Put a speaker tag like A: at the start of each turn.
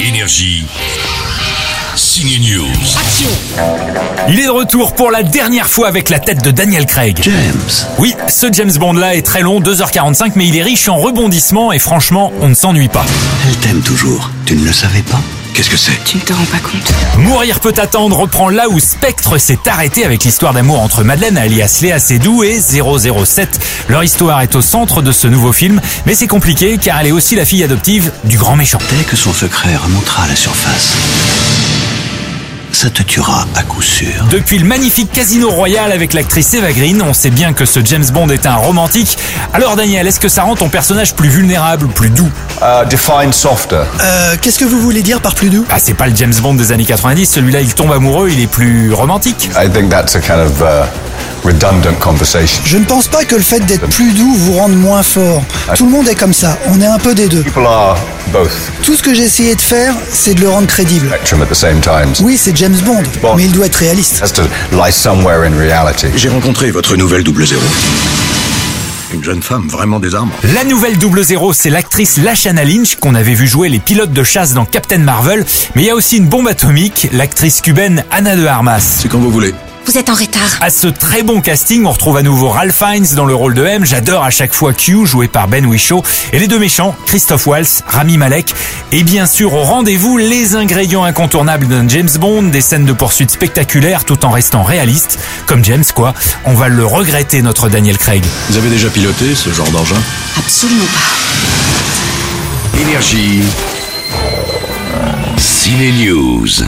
A: Énergie. Signe News.
B: Il est de retour pour la dernière fois avec la tête de Daniel Craig.
C: James.
B: Oui, ce James Bond-là est très long, 2h45, mais il est riche en rebondissements et franchement, on ne s'ennuie pas.
C: Elle t'aime toujours. Tu ne le savais pas Qu'est-ce que c'est
D: Tu ne te rends pas compte.
B: Mourir peut attendre reprend là où Spectre s'est arrêté avec l'histoire d'amour entre Madeleine alias Léa Seydoux et 007. Leur histoire est au centre de ce nouveau film, mais c'est compliqué car elle est aussi la fille adoptive du grand méchant.
C: Dès que son secret remontera à la surface, ça te tuera à coup sûr.
B: Depuis le magnifique Casino Royal avec l'actrice Eva Green, on sait bien que ce James Bond est un romantique. Alors Daniel, est-ce que ça rend ton personnage plus vulnérable, plus doux
E: Uh, define softer.
F: Euh, qu'est-ce que vous voulez dire par plus doux
B: Ah, c'est pas le James Bond des années 90, celui-là il tombe amoureux, il est plus romantique.
E: I think that's a kind of uh, redundant conversation.
F: Je ne pense pas que le fait d'être plus doux vous rende moins fort. Tout le monde est comme ça, on est un peu des deux.
E: People are both
F: Tout ce que j'ai essayé de faire, c'est de le rendre crédible.
E: spectrum at the same time.
F: Oui, c'est James Bond, mais il doit être réaliste.
E: Has to lie somewhere in reality.
C: J'ai rencontré votre nouvelle double zéro. Une jeune femme vraiment désarmante.
B: La nouvelle double zéro, c'est l'actrice Lashana Lynch qu'on avait vu jouer les pilotes de chasse dans Captain Marvel, mais il y a aussi une bombe atomique, l'actrice cubaine Ana de Armas.
C: C'est quand vous voulez.
D: Vous êtes en retard.
B: À ce très bon casting, on retrouve à nouveau Ralph Fiennes dans le rôle de M, j'adore à chaque fois Q, joué par Ben Whishaw, et les deux méchants, Christophe Waltz, Rami Malek, et bien sûr au rendez-vous les ingrédients incontournables d'un James Bond, des scènes de poursuite spectaculaires tout en restant réaliste, comme James quoi, on va le regretter notre Daniel Craig.
C: Vous avez déjà piloté ce genre d'engin
D: Absolument pas.
A: Énergie. Ciné News.